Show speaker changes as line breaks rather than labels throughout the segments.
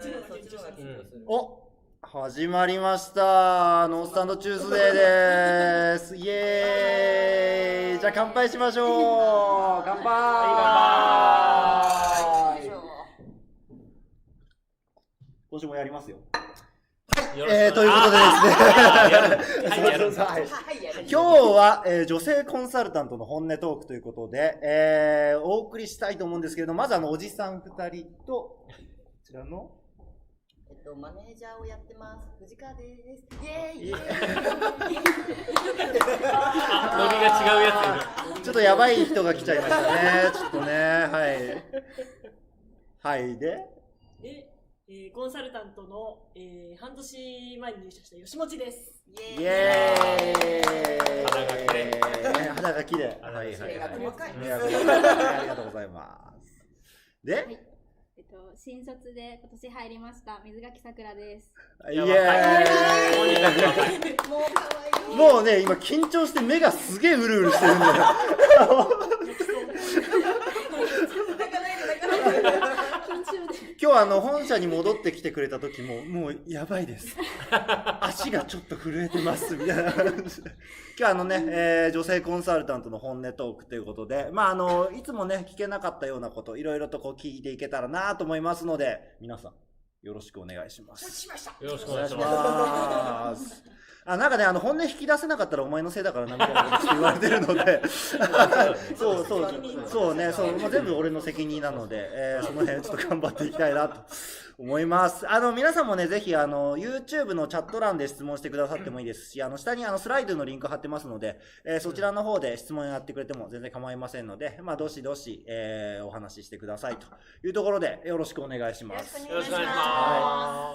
ような気がする。
お始まりました。ノースタンドチューズデーです。イエーイじゃあ乾杯しましょう乾杯今週もやりますよ。えー、ということでですね。
はいやるんだ
そうそうそうはい
はい、やる
今日は、えー女性コンサルタントの本音トークということで、えーお送りしたいと思うんですけれど、まずあの、おじさん二人と、こちらの、
えっと、マネージャーをやってます。藤川です。イェーイ。
伸びが違うや
ちょっとやばい人が来ちゃいましたね。ちょっとね、はい。はい、で、
で、えーコンサルタントの、えー半年前に入社した吉持です。
イエーイ
肌が綺
麗。肌が綺麗。
肌が綺麗
目が細かい
目が細かいありがとうございます。で、
はいえっと、新卒で今年入りました水垣さくらです。
イ
いや
エー
もう可愛
イ
い。
もうね、今緊張して目がすげえうるうるしてるんだよ。
泣かないで泣かないで。
今日あの本社に戻ってきてくれた時ももうやば いです足がちょっと震えてますみたいな感じで今日あのね、えー女性コンサルタントの本音トークということでまああのいつもね聞けなかったようなこといろいろとこう聞いていけたらなと思いますので皆さんよろしくお願いします
つよろしく
お
お願
願い
い
し
しま
ますあなんかねあの本音引き出せなかったらお前のせいだからなみたいなこと言われてるのでそうそうそうね、そう、もう全部俺の責任なので、えーその辺ちょっと頑張っていきたいなと思います。あの、皆さんもね、ぜひ、あの、YouTube のチャット欄で質問してくださってもいいですし、あの、下にあの、スライドのリンク貼ってますので、えーそちらの方で質問やってくれても全然構いませんので、まあ、どしどし、えーお話ししてくださいというところで、よろしくお願いします。
よろしくお願いし
ま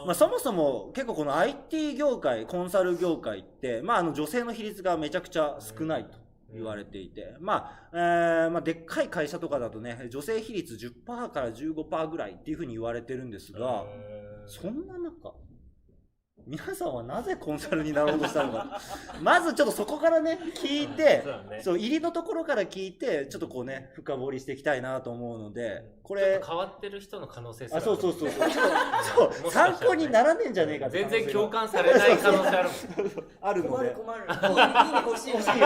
ま
あ、そもそも結構この IT 業界コンサル業界って、まあ、あの女性の比率がめちゃくちゃ少ないと言われていて、まあえーまあ、でっかい会社とかだとね女性比率10%から15%ぐらいっていうふうに言われてるんです
す
が、そんな中皆さんはなぜコンサルになろうとしたのか まずちょっとそこからね聞いて
そうだね
そう入りのところから聞いてちょっとこうね深掘りしていきたいなと思うのでこ
ちょ
れ
っと変わってる人の可能性すら
あそうそうそうそうちょっと
ある
そう参考にならねえんじゃねえかって
全然共
可
感されない可能性ある
能性があるの
困る
で
困る。いいね欲しい
欲しいよね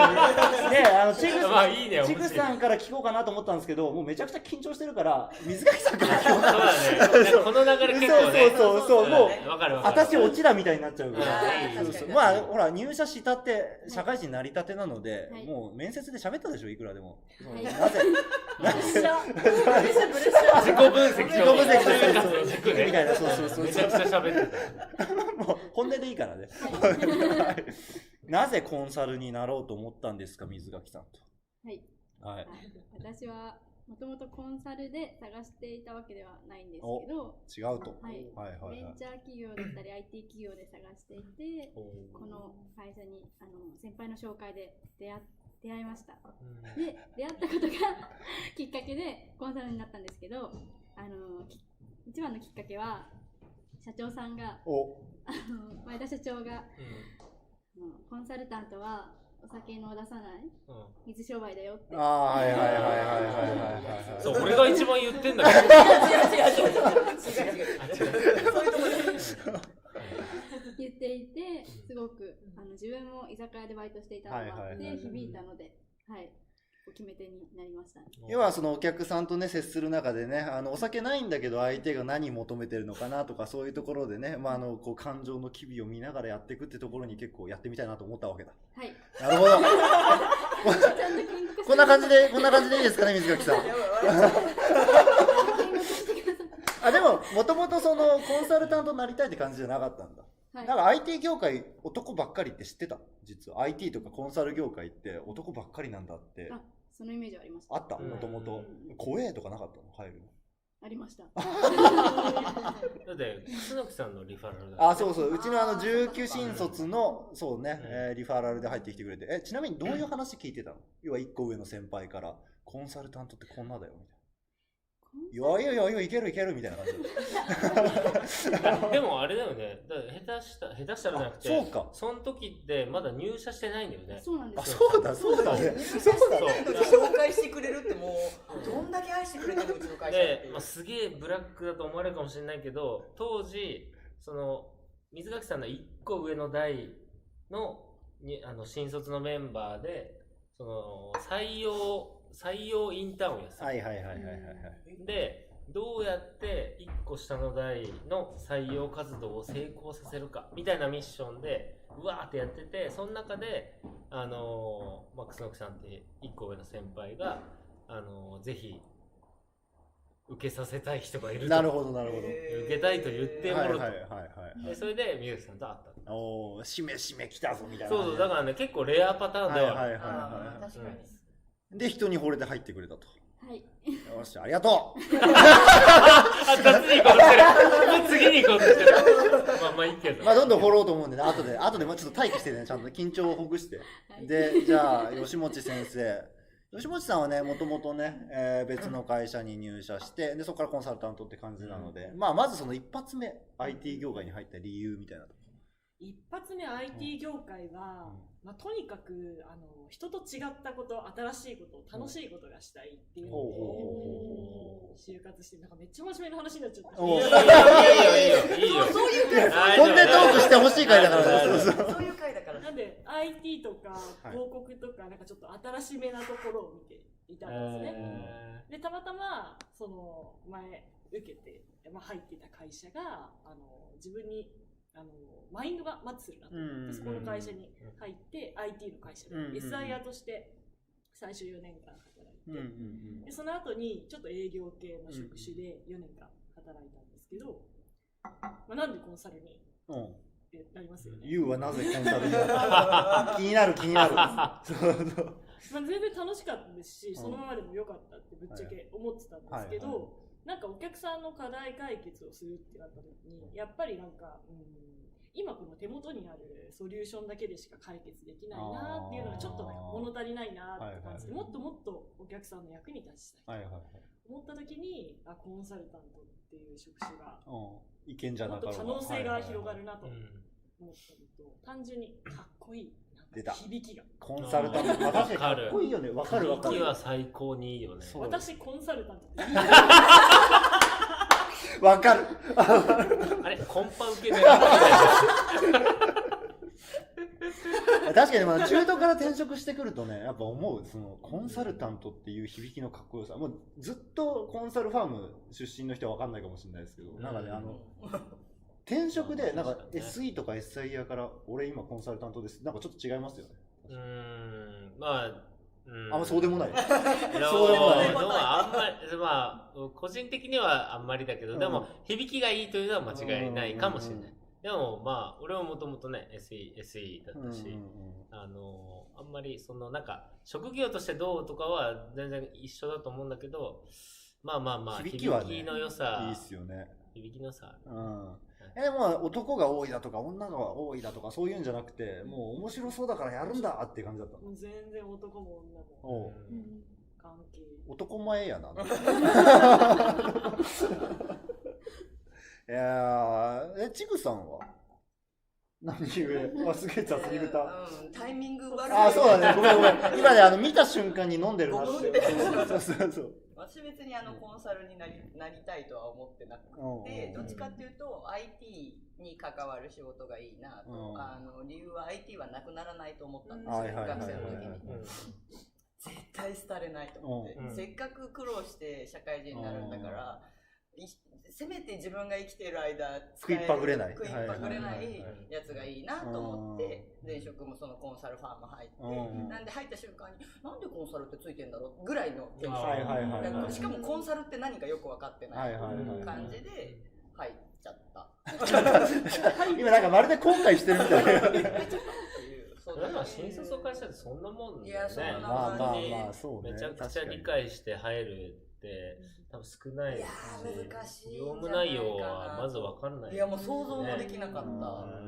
であのチグ
まあいいね
チグさんから聞こうかなと思ったんですけどもうめちゃくちゃ緊張してるから水垣さんから聞こう
そ
か
う
な
だねこの流れ結構ね
そうそうそうそうもう
わかるわかる
私オチだみたいになっちゃうから
はい
そうそう
確かに
まあほら入社したって社会人なりたてなので、
はい
もう面接で喋ったでしょいくらでも、
はい
なぜなぜ
自己分析
自己分析として
自己分析軸ね
みたいなそうそうそう
めちゃくちゃ喋って
もう本音でいいからね。なぜコンサルになろうと思ったんですか、水垣さんと。
はい。
はい。
私はもともとコンサルで探していたわけではないんですけど、
違うと。
はい、
はいはい
ベ
はい
ン。チャー企業だっ たり IT 企業で探していて、この会社にあの先輩の紹介で出会出会いました。で、出会ったことが きっかけでコンサルになったんですけど、あのき一番のきっかけは社長さんが、
お、
あの前田社長があのコンサルタントはお酒の出さない水商売だよって
あーはいはいはいはいはいはいはい。
そう俺が一番言ってんだけど
言っていてすごくあの自分も居酒屋でバイトしていたのが
はい
あっ
はいはい
て響いたので、はい、お決め手になりましたね。
要はそのお客さんとね接する中でねあのお酒ないんだけど相手が何求めてるのかなとかそういうところでね、まあ、あのこう感情の機微を見ながらやっていくってところに結構やってみたいなと思ったわけだ
はい、
なるほど
ちゃんと金額
こんな感じでこんな感じでいいですかね水垣さんあでももともとそのコンサルタントになりたいって感じじゃなかったんだ
はい
なんか IT 業界男ばっかりって知ってた実は IT とかコンサル業界って男ばっかりなんだって
あそのイメージはありました。
あった
うん
もともと怖えとかなかったの入る
あり ました。
だって楠木さんのリファラルだ
のあそうそううちのあの
あー
19新卒のそうね、
うん
えーリファラルで入ってきてくれてえちなみにどういう話聞いてたの要は1個上の先輩からコンサルタントってこんなだよみたいないやいやいやいやいけるいけるみたいな感じ
でもあれだよね、だから下手した、下手したらじゃなくて、
あそうか
その時ってまだ入社してないんだよね。
そうなんで
あ
すよ。
そうだそうだねそうだね
紹介してくれるってもうどんだけ愛してくれてるうちの会社って
で、まあ、すげえブラックだと思われるかもしれないけど、当時、その水垣さんの一個上の代のにあの新卒のメンバーでその採用採用インターンをやってた、
はいはいはいはいはいはい。
でどうやって一個下の代の採用活動を成功させるかみたいなミッションでうわーってやっててその中であのーマックス・ノクさんって一個上の先輩があのーぜひ受けさせたい人がいると
なるほどなるほど。
受けたいと言っても
はい
ろ
はい
と、
はいはいは
で
い。
それで宮崎さんと会った
おお、しめしめ来たぞみたいな。
そうそう、だからね、結構レアパターン
は
で
いは
はあ
い
る。
は
あ
いは
ー確かに。
い。で、人に惚れて入ってくれたと。
はい。
よし、ありがとう
あ、雑に行こうとしてる。次に行こうとしてる。まあまあいいけど。
まあ、どんどんフォローと思うんでね、後で、後で、まあちょっと待機してね、ちゃんと緊張をほぐして。
はい、
で、じゃあ、吉持先生。吉持さんはね、もともとね、えー別の会社に入社して、で、そこからコンサルタントって感じなので、まあ、まずその一発目、IT 業界に入った理由みたいな。
一発目 IT 業界は、まあ、とにかくあの人と違ったこと新しいこと楽しいことがしたいっていうので、就活してなんかめっちゃ真面目な話になっちゃった
おう
いいよいいよいいよいいよ。
そういう回、
大丈
コ
夫
ンテンツトークしてほしい回だから
大丈
ね。
夫
そうそう。
そういう回だから。
なんで IT とか
い
広告とかなんかちょっと新しめなところを見ていたんですね、
え
でたまたまその前受けて、まあ、入っていた会社があの自分にあのマインドがマッチするなと思って、
うん
そこの会社に入って IT の会社で、
うん
SIR として最初4年間働いて、
うんうんうん
でその後にちょっと営業系の職種で4年間働いたんですけど、まあ、なんでコンサルに
うん。
ってなりますよね、
ユウはなぜコンサルに 気になる気になる。そうそう。
まあ、全然楽しかったですし、
ん
そのままでも良かったってぶっちゃけ思ってたんですけど、
はいは
なんかお客さんの課題解決をするってなった時にやっぱりなんか、うん、今この手元にあるソリューションだけでしか解決できないなっていうのがちょっとなんか物足りないなって感じで、
はいはい
もっともっとお客さんの役に立ちたい
はいはいはい。
と思った時にあコンサルタントっていう職種が
うん。いけんじゃ
も
な
っ
かろ
と
うか
可能性が広がるなと
ーう
思ったの
ん
と、単純にかっこいい
出
な
た
んか響きが
コンサルタント。まあ確かにかっこいいよね。わかるわか
響き
る。
は最高にいいよね。
そう
私コンサルタント っていい
わかる。
あれ、コンパ受 けで。
確かにまあ中途から転職してくるとね、やっぱ思う、そのコンサルタントっていう響きのかっこよさ、もうずっとコンサルファーム出身の人はわかんないかもしれないですけど、なんかね、あの、転職で、なんか
そうです
SE とか SIR から、俺今コンサルタントです。なんかちょっと違いますよね。
うーん、まあ、うん
あんまそうでもない。
いや
そうでもない
でもあんまり、まあ、個人的にはあんまりだけど、
うん
でも、響きがいいというのは間違いないかもしれ
うんうん
な
う
い。でも、まあ、俺はもともとね、SE、SE だ
うんうん
ったし、
うん
あの、あんまり、その、なんか、職業としてどうとかは全然一緒だと思うんだけど、まあまあまあ、
響きはね
響きの良さ、
いいっすよね。
響きの良さ。
うん。え、でも男が多いだとか、女が多いだとか、そういうんじゃなくて、もう面白そうだからやるんだっていう感じだったの。
もう全然男も女も
おう
う
うんん
関係
男前 やな。いやー、え、ちぐさんは何故忘れた、すぎた。
うんタイミング悪い。
あ、そうだね。ごめんごめん。今ね、あの、見た瞬間に飲んでるなって。
飲ん
そうそうそう。
私別にあのコンサルになりなりたいとは思ってなく
うん
て、どっちかっていうと IT に関わる仕事がいいなと、
うん
あの理由は IT はなくならないと思ったんですよ、
はいはいはい
学
はい
生の時に。
うん
絶対廃れないと思って、
うん
せっかく苦労して社会人になるんだから、いせめて自分が生きてる間使え
食いっぱぐれない
食いっぱぐれな
はいはいいはい
やつがいいなと思って、
うん
前職もそのコンサルファーム入って、
うん
なんで入った瞬間になんでコンサルってついてんだろうぐらいのテンション
はいはいはい
なん
は
か
い。
しかもコンサルって何かよく分かってな
は
い
いはいはい。
感じで入っちゃったっ
今なんかまるで後悔してるみ たいな。
ていうそう
だから新卒の会社ってそんなもんだよね
いやそんなもん
まあまあまあ、そうね。
めちゃくちゃ理
確かに。
解して入るって多分少ない
い
で
や
す
ー難しいんじゃ
業
ないかな
務内容はまず分かんない
いやもう想像もできなかった。
うん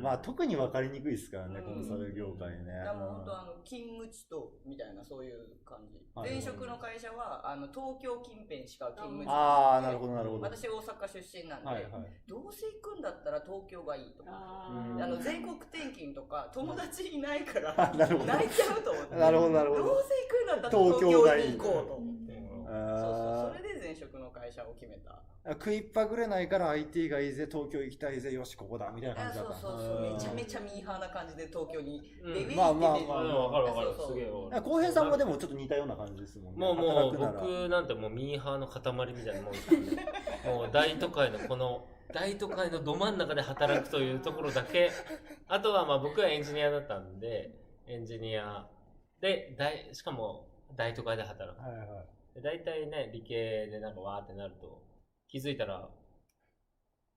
まあ特に分かりにくいですからね、
うん
コンサル業界ね。
だからもう本当あの勤務地とみたいなそういう感じ
はい
前職の会社はあの東京近辺しか勤務地
ああ、なるほど、なるほど。
私大阪出身なんで、
はいはい。
どうせ行くんだったら東京がいいとか
あ
あ
ー
の全国転勤とか友達いないか
あ
ら
なるほど。
泣いちゃうと思って
なるほど、なるほ
どう
ど。
せ行くんだったら東京に行こうと思って
う
そ
ん
うそうそそれで前職の会社を決めた。
食いっぱぐれないから IT がいいぜ、東京行きたいぜ、よし、ここだ、みたいな感
あ
じだ
そ
っ
うそ
た。
うそう、めちゃめちゃミーハーな感じで東京に
うん
出てて。
まあまあ
あ
ま
でもわかるわかる
そうそう
すげえわかる
浩平さんもでもちょっと似たような感じですもんね。
もうもう
働くなら
僕なんてもうミーハーの塊みたいなもんですからもう大都会のこの大都会のど真ん中で働くというところだけあとはまあ僕はエンジニアだったんでエンジニアで大しかも大都会で働く
はいはい。
で大体ね理系でなんかわーってなると気づいたら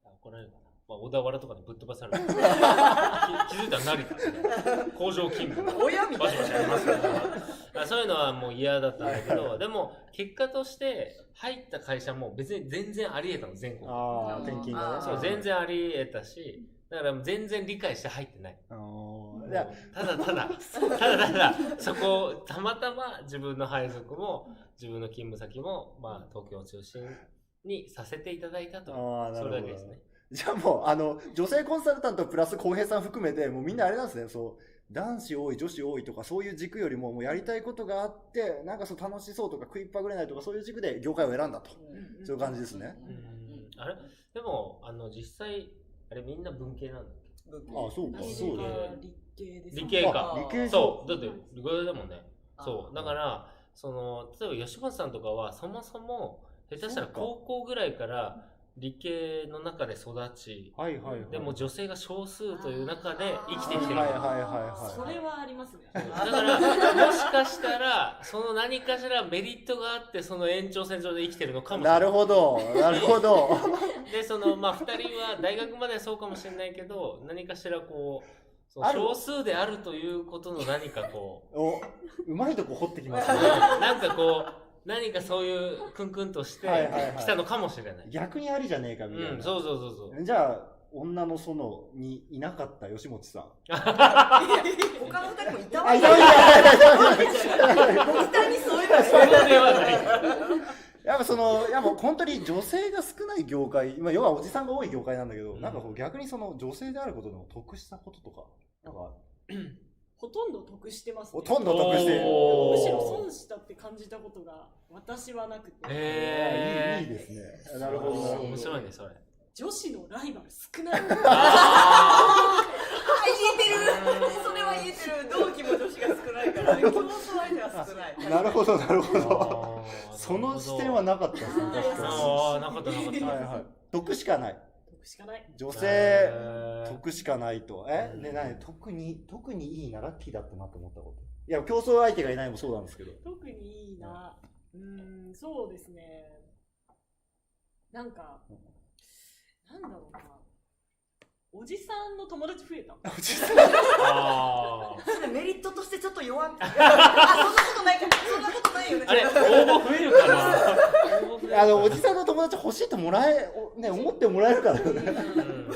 あ怒られるかな、まあ、小田原とかにぶっ飛ばされる気気づいたら成田みたいな工場勤務
親み
バ
た
シ
いな
バシやりますよそういうのはもう嫌だったんだけど、でも結果として入った会社も別に全然あり得たの、全国。
ああ、
うん
転勤がね。
そう、全然あり得たし、だからもう全然理解して入ってない。
あのー。
も
いや
うただた だ、ただただ、そこ、たまたま自分の配属も、自分の勤務先も、まあ東京を中心にさせていただいたと。
ああ、な
そ
るほ
れだ
ど
け。ですね。
じゃあもう、あの、女性コンサルタントプラス浩平さん含めて、もうみんなあれなんですね、そう、男子多い、女子多いとか、そういう軸よりも、もうやりたいことがあって、なんかそう楽しそうとか食いっぱぐれないとか、そういう軸で業界を選んだと。
うん
そういう感じですね。
う
うんん。あれでも、あの、実際、あれみんな文系なんだっけ
武器
ああ、そうか、
私
そうだよ。
が立系です。
理系か
あ理系上。
そう、だって、理系だもんね。そうだからその例えば吉本さんとかはそもそも下手したら
そうか
高校ぐらいから理系の中で育ち
はいはいはい。
でも女性が少数という中で生きてきてる
はいはいはいはい
それはありますね。
だからもしかしたらその何かしらメリットがあってその延長線上で生きてるのかもしれな
ないるほど、なるほど。
でそのまあ2人は大学まではそうかもしれないけど何かしらこうその
ある
少数であるということの何かこう
お、うまいとこ掘ってきますね。
なんかこう、何かそういうクンクンとして
はいはいはい
来たのかもしれない。
逆にありじゃねえかみたいな。
うん、そうそうそうそう。
じゃあ、女の園にいなかった吉本さん。
他の二人もいたわけ
あ、いやいやいやいやいやいや
下にそういうの
それではない。
やっぱその、やっぱ本当に女性が少ない業界、今要はおじさんが多い業界なんだけど、
うん
なんかこう逆にその女性であることの得したこととか、なんか
ほとんど得してます、ね。
ほとんど得している。
おー
むしろ損したって感じたことが私はなくて、
いいいい
え
ですね。なるほどなるほ
面
ど。
白いね、それ。
女子のライバル 少ない。
言えてるそれは言えてる同期も女子が少ないから競争相手は少ない
なるほど、なるほど。
あー
その視点はなかったですね、確か
あーなかったなかっ
に。
た。
はいはい。得しかない。
得しかない。
女
へ
性、
ー
得しかないと。え、
うん
ね、なに、特に、特にいいな、ラッキーだったなと思ったこと。いや、競争相手がいないもそうなん ですけど。
特にいいな。うーん、そうですね。なんか、なんだろうな。おじさんの友達増えた。
あー
それメリットとしてちょっと弱 みあそんなことないかそんなことないよね
あれ、応募増えるかな応募増えるかな
あの、おじさんの友達欲しいともらえ、おね、思ってもらえるから
う
ね。
ん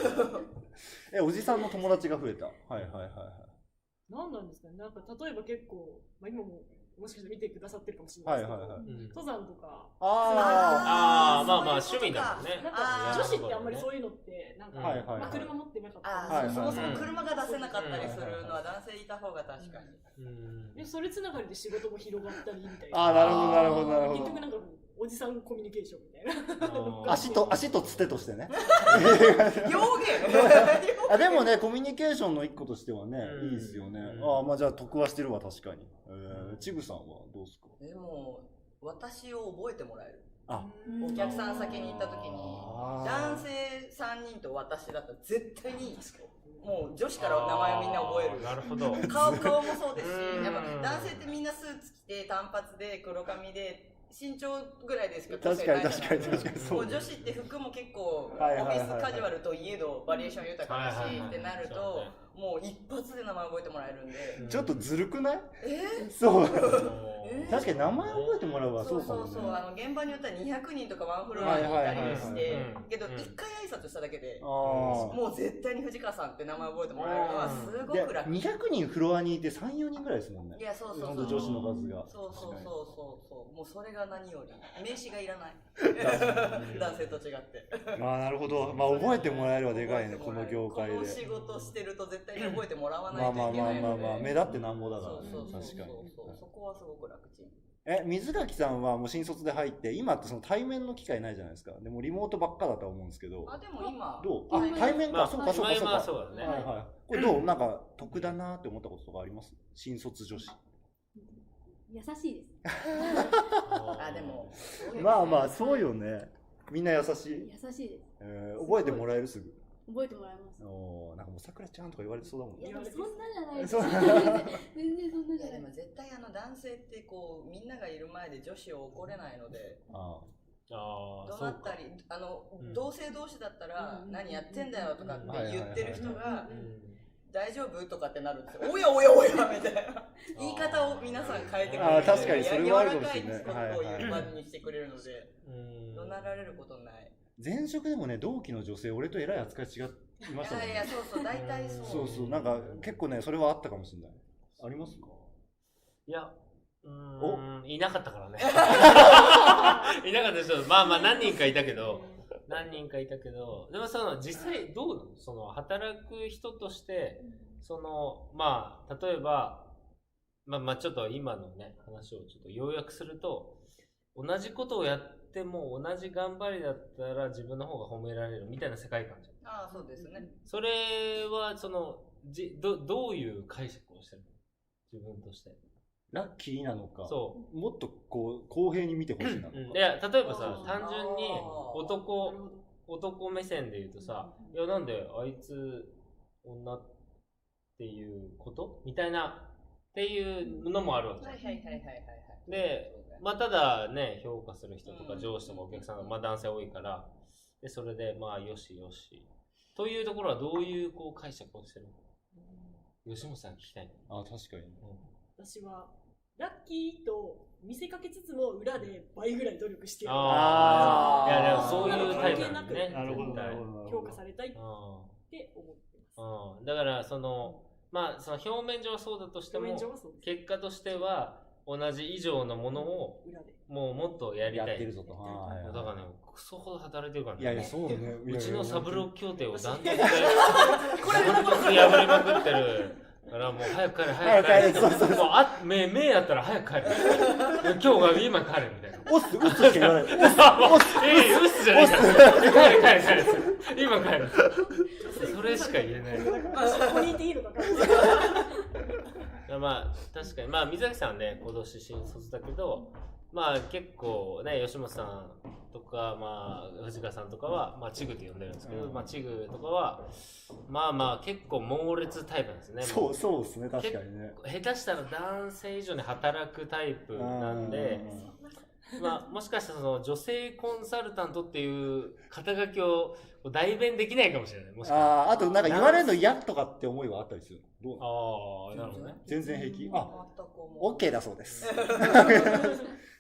え、おじさんの友達が増えた。はいはいはいはい。
なんなんですかね。なんか例えば結構、まあ今ももしかして見てくださってるかもしれないですけど、
はいはいはい
うん
登山とか、
あ
あー、まあまあ、
そう
趣
いうこと
味だ
か
もんね。
なん
あ
か
ー
女子ってあんまり
う
そういうのって、なんか、
はいはいはい
まあ、車持ってなかった
あ
り
ー、
はいはい
そもそも車が出せなかったりするのは男性いた方が確かに、
うん
でそれつながりで仕事も広がったりみたい
あ。あ
な。
あ、なるほどなるほどなるほ
結局
ど。
なんかもうおじさんコミュニケーションみたいな。
あー
足と、足とつてとし てね。
表現
あ、でもね、コミュニケーションの一個としてはね
う、ん
いいですよね。
うん
ああ、まあじゃあ得はしてるわ、確かに。えー、ちぐさんはどうですか
でも私を覚えてもらえる
あ
お客さん先に行った時に
あー
男性3人と私だったら絶対にもう女子から名前みんな覚える
あーなるほど。
顔顔もそうです
うん
しやっぱ男性ってみんなスーツ着て短髪で黒髪で身長ぐらいでしか個
確
性
か
な
に
いじゃ
確
ない
かに確かにそう
もう女子って服も結構オフ
はいはいはいはい
ィスカジュアルといえどバリエーション豊かだしってなる
はいはい
と
はい
もう一発で名前覚えてもらえるんで
ちょっとずるくない
え
そう。
うん
確かに名前覚えてもらう
ー
わ、そ
そうう
か
そ
も
う
ね
そう。あの現場によっては200人とかワンフロアにいたりし
はいはいはい
て
はい
けど
うん
一回挨拶しただけで
ああ。
もう絶対に藤川さんって名前覚えてもらえるのはすご
で
く楽い
200人フロアにいて34人ぐらいですもんね
やそうそう
ほん
そ
と
う
女子の数が
そうそうそうそうそうもうそれが何より名刺がいらない
に
男性と違って
ああなるほどまあ覚えてもらえればでかいね
覚えて
こ
もらえ
の
るこの
業界で
仕事してると絶対に覚えてもらわな
まあ
いと
まあ
いけ
まあ
ない
まあ
ので
まあ目立ってなんぼだ
そう
からね
そうそうそう
確かに
そうそこはすごく楽ちん
え、水垣さんはもう新卒で入って、今ってその対面の機会ないじゃないですか。でもリモートばっかだとは思うんですけど。
あ、でも今、
どうあ、対面
ま
か、
あ、
そうか、そうか、そう
今は
か。
そうだね。
はいはい。これどうなんか、得だなって思ったこととかあります新卒女子。
優しいです。
あ、でも、
まあまあ、そうよね。みんな優しい。
優しいです。
えー覚えてもらえるすぐ。
覚えてもらえます。
おーなんかもう、さくらちゃんとか言われてそうだもん
い
ね。
や、でもそんなじゃないです
そう。
全然そんないじ
やで
ゃない
も。絶対あの男性ってこうみんながいる前で女子を怒れないので
あ
ああ、
怒
そ
鳴
う
った
か。
りあの、
うん
同性同士だったら
うん
何やってんだよとかって言ってる人
はいはい
が
は
大丈夫とかってなるんですよおやおやおやみたいな言い方を皆さん変えてくれて
あー確かにそれはあるかもしれない
柔らかいことを
はい
言
は
う
い
場にしてくれるので
うん
怒鳴られることない
前職でもね、同期の女性、俺とえらい扱い違いましたもん
いやいや
ね。
そうそう大体そう
そうそう、なんか結構ね、それはあったかもしれない。ありますか
いや、うーん、いなかった からね。いなかったですよ。まあまあ、何人かいたけど、何人かいたけど、でもその、実際どうなのその、働く人として、その、まあ、例えば、まあまあ、ちょっと今のね、話をちょっと要約すると、同じことをやっても同じ頑張りだったら自分の方が褒められるみたいな世界観じゃん。
ああそうですね
それは、その、じどどういう解釈をしてるの自分として。
ラッキーなのか、
そう。
もっとこう、公平に見てほしいなのか。
うんいや例えばさ
あー
単純に
なる
男
ほど
男目線で言うとさ「いやなんであいつ女っていうこと?」みたいなっていうのもあるわけじゃ
は
ん
いはいはいはいはいはい
で
そうだね
まあただね評価する人と
う
か
ん
上司とかお客さんが、まあ、男性多いからでそれでまあよしよしというところはどういうこう解釈をしてるの吉本さん聞きたい
あ、確かに。
私はラッキーと見せかけつつも裏で倍ぐらい努力してる
あい
ー
やで
で
も
も
そういうタイプな
な
んん
だ
だね
ね
なるほど、
絶対
なるほどなるほど。
評価されたいっ
うん
て思ってます
うん、だからそのまあその表面上はそうだとして
表
も
面上はそうです
結果としては同じ以上のものを
裏で
もうもっとやり
や
た
っ
い
てるぞと。はい
だからねクソほど働いてるからね
いやいや、そうね。
うちのサブロ
ー
ー協定を断然でこれ破りまくってるからもう早く帰れ早く帰れ
早く帰れそうそうそう
もうあ目目やったら早く帰れいや今日が今帰れみたいな
オス、オスしか言わな
え
い。
え、うっすじゃないから。帰れ帰れ帰れ。今帰る。それしか言えない。
ここにいていいのか分かんない
まあ、確かに。まあ、水崎さんはね、今年新卒だけど、まあ結構ね、吉本さんとか、まあ、藤川さんとかは、まあ、チグって呼んでるんですけど、
うん
まあ、チグとかは、まあまあ、結構猛烈タイプなんですね。
そう、
も
そうですね、確かにね。
う下手したら男性以上に働くタイプなんで、 まあ、もしかしたらその女性コンサルタントっていう肩書きを代弁できないかもしれない。もしかしたら。
ああー、あとなんか言われるの嫌とかって思いはあったりする。どう
ああ、なるほどね。
全然平気。あ、
全く思う
OK だそうです。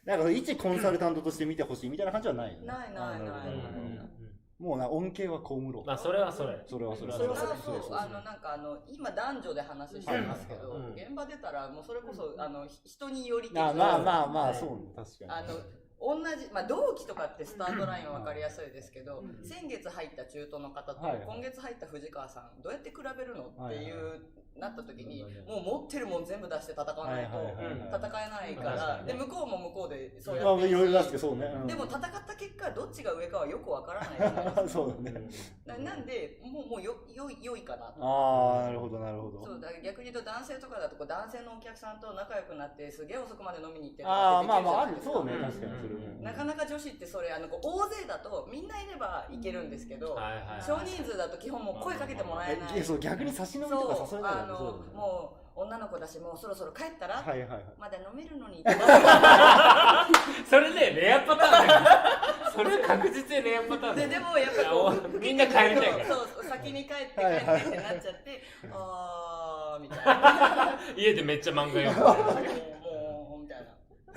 なんか一コンサルタントとして見てほしいみたいな感じはないよね。
ないないない
あーるほど
うん
なるほどもうな、恩恵は被ろう。
まあ、それはそれ。
それはそれ
そ
そ
れ
れ
は
は
それ
そう
そうそうそう
あのなんかあの今男女で話してますけど、
はいはいはい
現場出たらもうそれこそあのひ人によりけり
あまあまあま
は
あ、
い
そうね、確か
あ
に。
の同じ、まあ、同期とかってスタートラインは分かりやすいですけど、
うん
先月入った中東の方と、
はいはい
今月入った藤川さんどうやって比べるのっていう、
はいはいは
なった時に、
そうだね
もう持ってるもん全部出して戦わないと戦えないから、
確かにね
で向こうも向こうでそうや
ま
っ
あ、
て
いろいろ出して、そうね。うん
でも戦った結果どっちが上かはよく分からないじゃないですか
そうだね。
ななんでもうもうよよい良いかなと。
ああ、なるほど、なるほ
そ
ど。
うだから逆に言うと男性とかだとこう男性のお客さんと仲良くなってすげえ遅くまで飲みに行ってと
あ
か
あ、
って
まあまあ、あ
で
る
き。じゃ
そう
な
ね
い、です
確かに、それ
う
も。
ん
なかなか女子ってそれあのこう大勢だとみんないればいけるんですけど、
はいはいはい
少人数だと基本もう声かけてもらえない。
えそう逆に差し飲みとか
そ
誘え
う
ない
あ
よねそう
の
だね
もう女の子だしもうそろそろ帰ったら、
はいはいはい。
まだ飲めるのに
それね、レアパターンだよそれ確実にレアパターンだ
で
よ
でもやっぱこう
いやみんな帰りたいから
そうそう先に帰って帰
は
っ
いはいはい
てってなっちゃってあーみたいな。
家でめっちゃ漫画読
も
む。
うもうみたいな。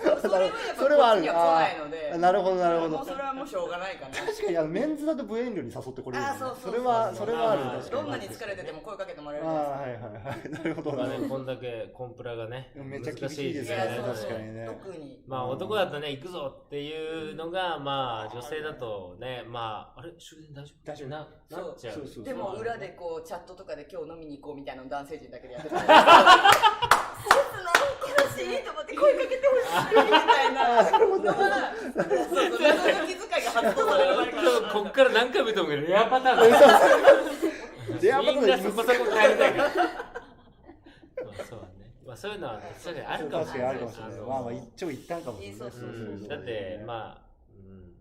それはやっぱ
それはあ
こっちに
る
は来ないので
あ。なるほど、なるほ
もう
ど
そ。れはもうしょうがないかな。
確かに、あの、メンズだと無遠慮に誘ってこれるよね
あそうそうそう
れは、それはある
まあまあ。
確か
どんなに疲れてても声かけてもらえる
あ
じ
あ
ゃないですか、
はいは いはい。なるほど、
まあ
なる
ね
ほど。
こんだけコンプラがね、
めっちゃ厳しいです
い
よ
や
ね
そうそう
確かにね
特に。
まあ男だとね、行くぞっていうのが、まあ女性だとね、まあ、あれ終電大丈夫
大丈夫
ななっちゃ
そうう。そうそう
でも裏でこうチャットとかで今日飲みに行こうみたいなの男性陣だけでやってた。ちょっと飲み行きだしいいと思って声かけてほしい。みたいな
あなるほど
のは、そうそう、謎の気遣いが発動される前から。
こっから何回見てもレアパターンだよ
レアパターン
みん
で
なそこそこ帰れないからまあそうだねまあそういうのはね確かにあるかもし
確か
れ
に
な
あ
い
るかもしれない
あの
まあまあ一長一短かもしれない
そうそうそう
うんだって
あ
まあ、うん、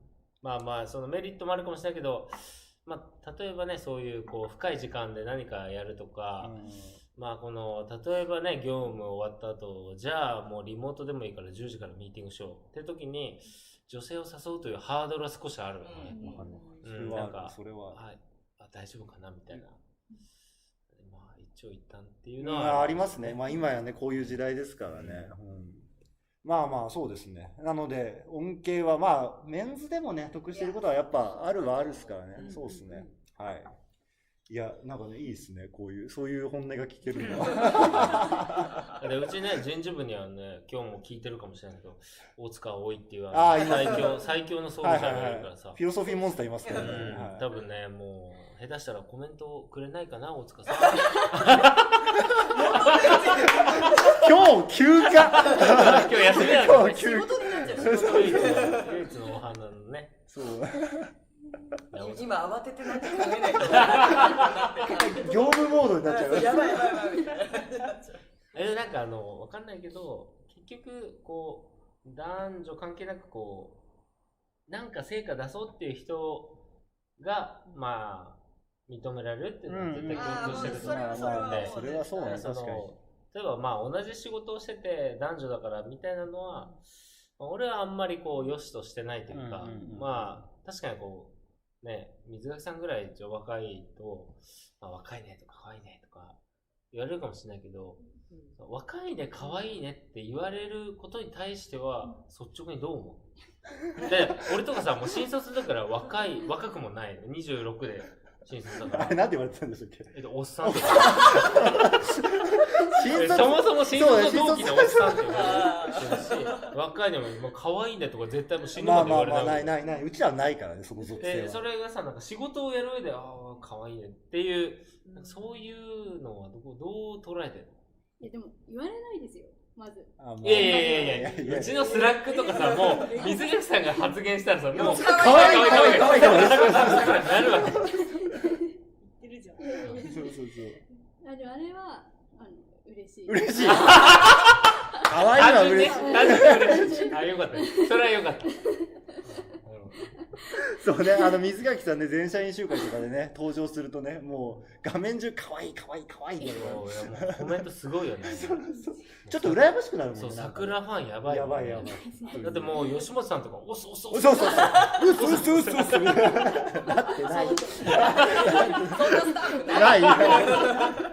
まあまあそのメリットもあるかもしれないけど、まあ、例えばねそういうこう深い時間で何かやるとか、まあこの例えばね業務終わった後じゃあもうリモートでもいいから10時からミーティングしようって時に女性を誘うというハードルは少しあるよね。
うん
わかんない
うん
それ
なん
は
か
それは
はい、あ大丈夫かなみたいな、まあ一応一旦っていう
ま
のは、
あありますねまあ今やねこういう時代ですからねうんまあまあそうですねなので恩恵はまあメンズでもね得してることはやっぱあるはあるですからねそうですねはいいやなんかねいいですねこういうそういう本音が聞けるのは
でうちね人事部にはね今日も聞いてるかもしれないけど大塚葵っていう
あ
あ
あ
の
います
最強最強の総理者がいるからさ、
フィロソフィーモンスターいますからね
うん
はい
多分ねもう下手したらコメントをくれないかな大塚 さん
今日休
今
暇
日休みだからね
今日
仕
休
事になっちゃ
唯一
う。
の唯一のお花のね
そう
大塚
今慌ててなんか考えないとなって感じ。
業務モードになっちゃう
やばいやばいやばいみたいになっちゃう。
えでなんかあのわかんないけど結局こう男女関係なくこうなんか成果出そうっていう人がまあ認められるっていうのは絶対
ああ、
共
も
通
う
し
そ
て
れ
ると思
は
うん
そ
で、
れはもうね。
それはそうね
その
確かに
例えばまあ同じ仕事をしてて男女だからみたいなのは、まあ俺はあんまりこう良しとしてないというか、
うんうんうん
まあ確かにこうね水垣さんぐらい女若いと、まあ、若いねとか可愛いねとか言われるかもしれないけど若いね可愛いねって言われることに対しては率直にどう思うで俺とかさもう新卒だから若い若くもない26で新卒だか
あ
ら
れ、なんて言われてたんでしたっけ
えっと、おっさんとか。
新
え
卒
そもそも新卒の同期のおっさんって言わ
あ
れてるし、若いのも、まあ、可愛いんだとか絶対もう死ぬ
ま
ま
あ
で
ま
言
あ
われ
まあない
ない。
ないない。うちらはないからね、その属性
で、そ
は。
れがさ、なんか仕事をやる上で、ああ、可愛いねっていう、なんかそういうのはどこ、どう捉えてる
いやでも言われないですよまず
あまあ
のいやいやいやいやいや、うちのスラックとかさ、もう、水垣さんが発言したらさ、もう、
可愛い可愛い可愛い可愛い
可愛いなるわけ。
言ってるじゃん。
そうそうそう。
あでもあれはあの嬉しい
嬉しい。可愛いのは
単純に
嬉
ね
しい。
単純に嬉しい。あ、よかったね。それはよかった。なるほど
そうね、あの水垣さんね、全社員集会とかでね、登場するとね、もう画面中可愛い可愛い可愛いんだ
いやも
よ。
うコメントすごいよね。
ちょっと羨ましくなるもんね
そう、
なんか
桜ファンやばい、
やばいやばい。
だってもう吉本さんとか、おっすおっすお
そ
っ
う
す
そうそう。うっすうっすうっすうっす。なってない。ない。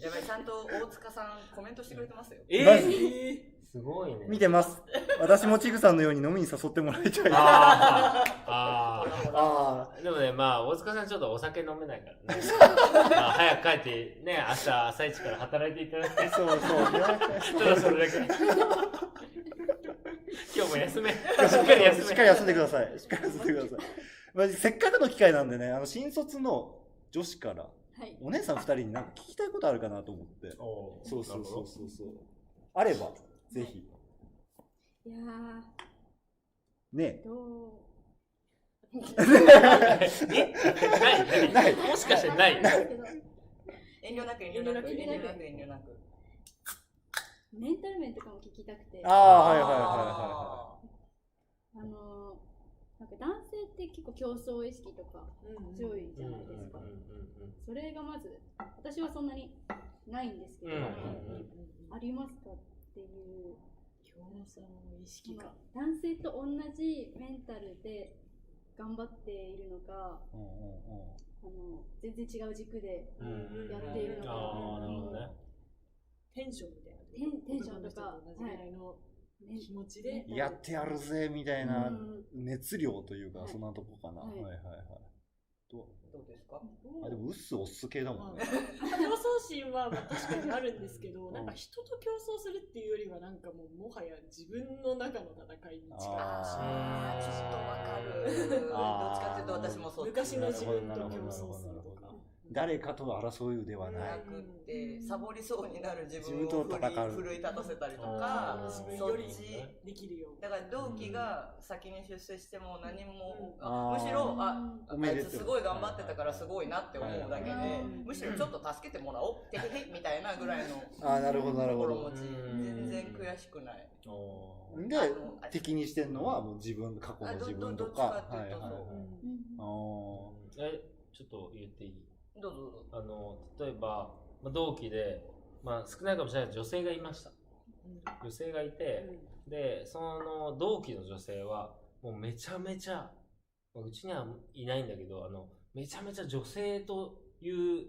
やばい、ちゃんと大塚さんコメントしてくれてますよ。
え
マジ
ー、すごいね。
見てます。私もちぐさんのように飲みに誘ってもらいたい。あ
あーあ
あ。
ー。でもね、まあ、大塚さんちょっとお酒飲めないからね。まあ、早く帰って、ね、明日朝一から働いていただいて、
そうそうね。
ただそれだけ。今日も休め。しっかり休め。
しっかり休んでください。しっかり休んでください。まあ、せっかくの機会なんでね、あの新卒の女子から
はい
お姉さん二人になんか聞きたいことあるかなと思って。
おー
そうそうそうそうそう。あればぜひ
いや
ね
ー。ど
えないないもし
う
かしてない
わかんですけど
遠慮なく遠慮なく遠慮なく遠慮なく。
メンタル面とかも聞きたくて
あ
あ
あはいはいはいは
のーなんか男性って結構競争意識とか強いじゃないですか、それがまず私はそんなにないんですけど、
うんうん
ありますかっていう
共産の意識
なん
が
か。男性と同じメンタルで頑張っているのか
いはい。うんうんうん
あの全然違う軸で
うんうん
やっているのか
ああ、なるほどね。
テンションみたいな。
テンテンションとか
同じぐらいの
ね
気持ちで。
やってやるぜみたいな
うん
熱量というか
はい
そんなとこかな。は
はいい
はいはい。どう
どうですか
あでもうっすおっす系だもんね。
競争心はまあ確かにあるんですけど、なんか人と競争するっていうよりは、なんかもうもはや自分の中の戦いに近い。
ああ、ちょっとわかる。どっちかっていうと私もそう。
昔の自分と競
なるほどなる
争
ほ
す
ど
る
なる
と
ほ
か
ど。誰かと争うではな。
ないくってサボりそうになる自
自
分
分
を
と
奮
戦う
い奮い立たせたりと
あ
か
ー
自分
そ
よ
っ
り
ち
できるよう
だから同期が先に出世しても何も、
うん
あむしろあ
お
あ
め
い
で
つ
と
す
う。
ごい頑張ってたからすごいなって思うだけで、
はいはいはい
むしろちょっと助けてもらおうってへへみたいなぐらいの
ああ、なるほど、なるほ
心
ど
持。ち
うん
全然悔しくない
で
あの、
敵にしてんのはもう自分、過去の
あど
自分
どど
と
っち
か。
かって
はい
いうと
はい
そう
うん
う
あ
ん
ー
えちょっと言っていい
どうぞどうぞ
あの例えば、まあ、同期で、まあ、少ないかもしれないけど女性がいました女性がいて、でその同期の女性はもうめちゃめちゃ、まあうちにはいないんだけどあのめちゃめちゃ女性という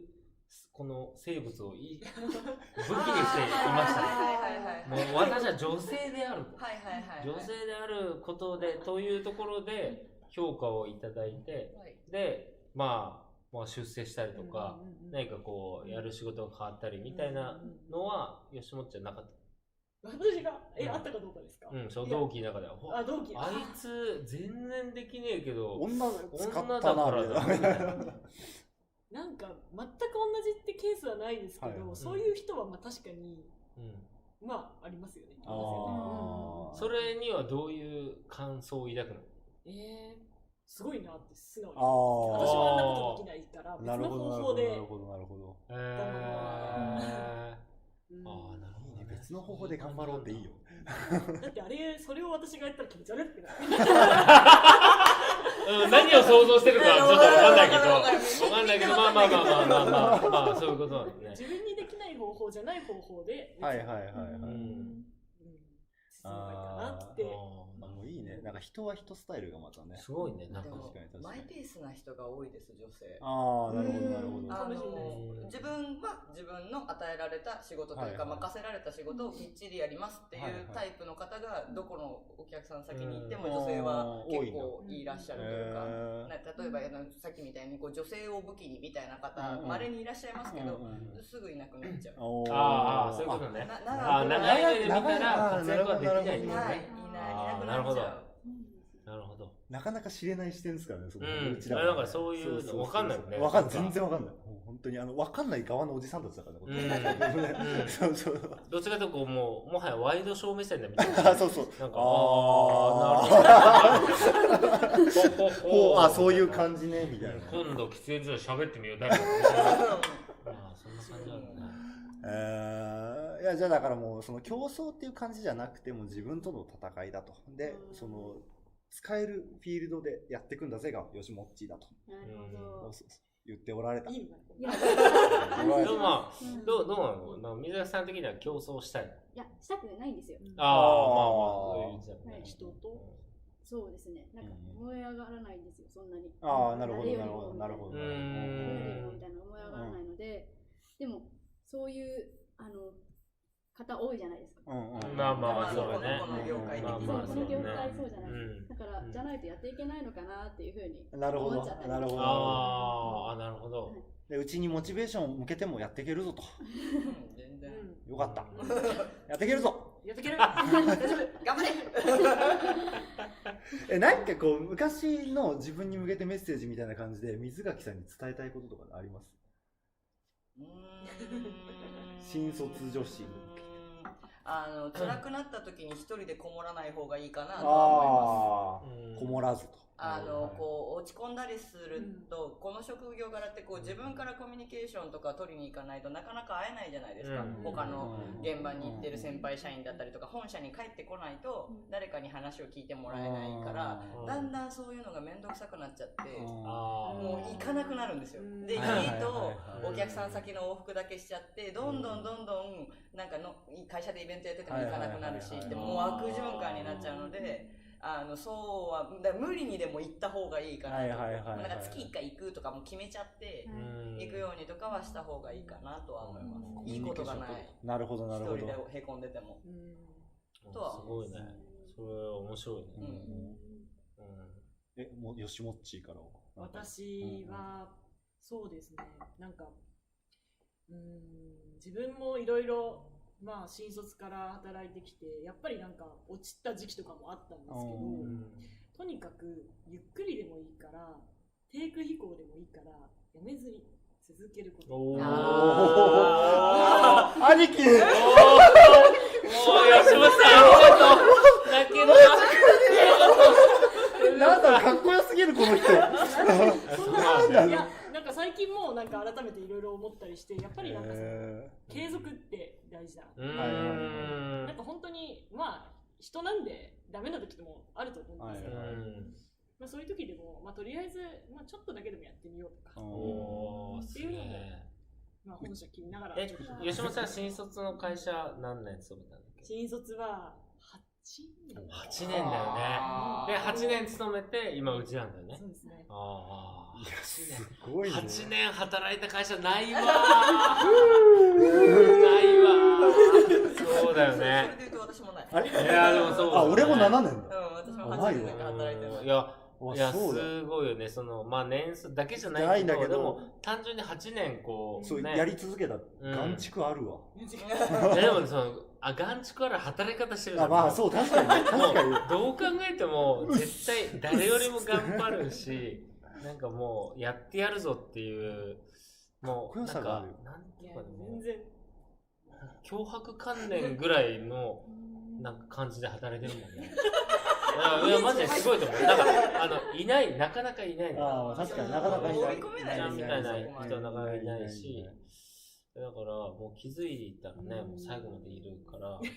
この生物を い武器にしていま
あ
した
ーはいはいはいはい
もう私は女性であると
はいはいはいはい
女性であることでというところで評価をいただいて
はい
で、まあ、まあ出世したりとか、
うんうんうん
何かこうやる仕事が変わったりみたいなのは吉本じゃなかっ
私がえあったかどうかですか
た、うん、その同期の中では
あ同期
あいつ全然できねえけど
女使
女
っ
だ
た
か
な、
らだ
みたいな
ね
なんか全く同じってケースはないですけど、
はい
そういう人はまあ確かに
うん
まあありますよね。
あー
それにはどういう感想を抱くの
ええーすごいなって素直に。
あ
私
ー
はあんなことできないから別
なる
の
ほど、なる
方法
ほど、な
で
る。ほど、なるほど。
えー、あ
うん
あーなるほ
いい
ど、
ね、別の方法で頑張ろうっていいよ。
だってあれそれを私がやったら気持ち悪くなる。
うん、何を想像してるかはちょっとわかんないけど
わかんない
わかんないけどまあまあまあまあまあまあ、まあ、そういうことなんです
自
ね
分にできない方法じゃない方法で。
はいはいはいはい。
う
うん
ん
うん。進めばいいかなって。
あ
あ
のいいね。なんか人は人スタイルがまたね
ー。すごいねなん
で
か
も
確かに確かに
マイペースな人が多いです女性
ああ、なるほど
うん
なるほど。
あ
かもしれないです
の自分は自分の与えられた仕事というか、
はいはい
任せられた仕事をきっちりやりますっていう
はいはい
タイプの方がどこのお客さん先に行っても
うん
女性は
うん
結構いらっしゃるというか。
え
な例えばあのさっきみたいにこう女性を武器にみたいな方
うんうん
まれ、にいらっしゃいますけ
ー
ど
う、んうん
すぐいなくなっちゃう。
おー
あーそういうことね
な
あー
長くない
長い目で見たら活躍はできないって
い
こ
な
と
いないい
ねあー
なくなっちゃう。
なるほど
なかなか知れない視点ですからね、そこ
うん
らは
あなんかそういうのわかんないよね
わかんない。
なんか
全然わかんない。もう本当に、あの、わかんない側のおじさんたちだからねこっち
うんうん
そうそう。
どっちかというとこうもうもはやワイドショー目線で見てる
あ、そうそう。
なんか
ああ、
なるほど
ほう、あ、そういう感じね、みたいな。
今度喫煙所で喋ってみよう誰かとあーそんな感じなんだね
えーいやじゃあだからもうその競争っていう感じじゃなくてもう自分との戦いだとで
うん
その使えるフィールドでやっていくんだぜがよしもっちーだと
なるほど。
そうそう言っておられた
いいのかない
や、
でもまあ
うん
どうどうなのなんか水崎さん的には競争したいの
いや、したくないんですよ。
ああまあまあそういうじゃ
は
ね
い
人と
そうですね。なんか燃え上がらないんですよ、そんなに。
ああなるほど
誰よ
な
り
る
も
ほどなるほど
うーん
誰よりもみたいな思い上がらないので、でもそういうあの方多いじゃないですか。
うんうん
まあまあ
まあ
そうだね
このこの業界的
まあ
に
そ
まあ
う
そ
この
うね
業界そうじゃな
う
いです
ん
か。だから、
うん
じゃないとやっていけないのかなっていうふうに。
なるほ
思っちゃっ
ど
た
なるほど
ああなるほど
でうちにモチベーションを向けてもやっていけるぞと
うん全
う
然。
ん。
よかったやっていけるぞ
やっ ていける。大丈夫。
頑張れ。
えなんかこう昔の自分に向けてメッセージみたいな感じで水垣さんに伝えたいこととかあります
うーん
新卒女子
あの辛くなった時に一人でこもらない方がいいかなとは思います。
うん
こもらずと
あ
はい
の
はい
こう落ち込んだりすると、この職業柄ってこう自分からコミュニケーションとか取りに行かないとなかなか会えないじゃないですか、
うん
他の現場に行ってる先輩社員だったりとか本社に帰ってこないと
うん
誰かに話を聞いてもらえないから、
うん
だんだんそういうのが面倒くさくなっちゃって、
ああ
もう行かなくなるんですよ
うん。
で、家
はいはいはいはい
と
うん
お客さん先の往復だけしちゃって、どんどんどんどん、なんかの会社でイベントやってても行かなくなるし
はいはいはいは、い
でもう悪循環になっちゃうので、あの、そうは、だから無理にでも行った方がいいかなと。
はいはいはいはい
なんか月1回行くとかも決めちゃって、
うん
行くようにとかはした方がいいかなとは思います。いいことがない。
なるほどな
一
るほ
人
ど
でへこんでても。
うん
とは
すごいねそれ面白いね
うん
う
えもう吉もっちーから
私は、そうですね、なんか、うーん、自分もいろいろ、まあ、新卒から働いてきて、やっぱりなんか、落ちた時期とかもあったんですけ
う
うん
ど、とにかく、ゆっくりでもいいから、低空飛行でもいいから、やめずに、続けること。
おー
あ
兄貴
おーおー吉本さん、ありがとう。泣けるな。
なんだかっこよすぎるこの人
そんな
そう
話いやなんか最近もうなんか改めていろいろ思ったりしてやっぱりなんかその
え
継続って大事だ
うー
な。
ん
はいはいはい
なんか本当にまあ人なんでダメな時もあると思うんです
う
よ。
はいはい
ん
まあそういう時でもまあとりあえずまあちょっとだけでもやってみようとか。
おーすげえ
まあ本社切りながら。
え、吉本さん、新卒の会社、何年勤めたんだっけ
新卒は八年。
?8 年だよね。
あー
で、8年勤めて、今、うちなんだよね
そ。うですね。
ああ、8年。
ごいね
8年働いた会社ないわーないわーそうだよ
それ
ね
で言うと私もない。
あれ
いやでもそう
あ俺も
う
7年だ
ん、私も8年な
う
んか働いてる
んいや
あ
いや
そうだ
すごいよねそのまあ年数だけじゃ
な
ない
い
け
ん
ど
だけど
でも単純に8年こう
そう
ね
やり続けた
うん
眼畜あるわ
いやでもねそのあ眼蓄ある働き方してるじゃ
あ
ん
まあそう確かにね確かに
どう考えても絶対誰よりも頑張るしなんかもうやってやるぞっていうもう
かっこ
なん
よさがあ
か
るよ
なんて
い
い
や
うかねもう
全然。
脅迫観念ぐらいのなんか感じで働いてるもん ね。いやいや、マジですごいと思う。だから、あの、いない、なかなかいない
ああ確かになかなかいない
追い込めない
ちゃんみたいな
うん
人はなかなかいないし、だから、もう気づいたらね、もう最後までいるから、
なんか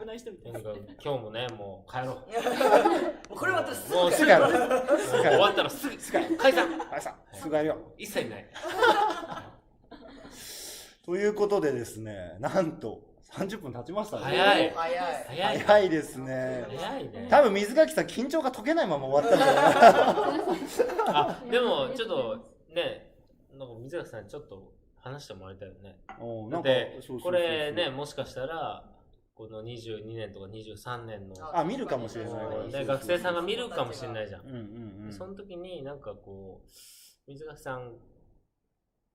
危ない人みた
と
い
に
な。
かく今日もね、もう帰 ろう。
これ私すぐ
もう
す
す
ぐ
ぐ
や
や
ろ
ろ
う
終わったらすぐ、
すぐやろう
解散
あれさすがよ
一切ない。
ということでですねなんと30分経ちましたね
早い
早い。
早い。
早いですね
早いね。
多分水垣さん緊張が解けないまま終わったんだよな
あ、でも、ちょっと、ね、なんか水垣さんにちょっと話してもらいたいよね。
おう
だ
な
っ
んか
て
そうそうそうそう
これねもしかしたらこの22年とか23年の
あ見るかもしれない
そう
これ
ね学生さんが見るかもしれないじゃん
うんうんうん
その時になんかこう水垣さん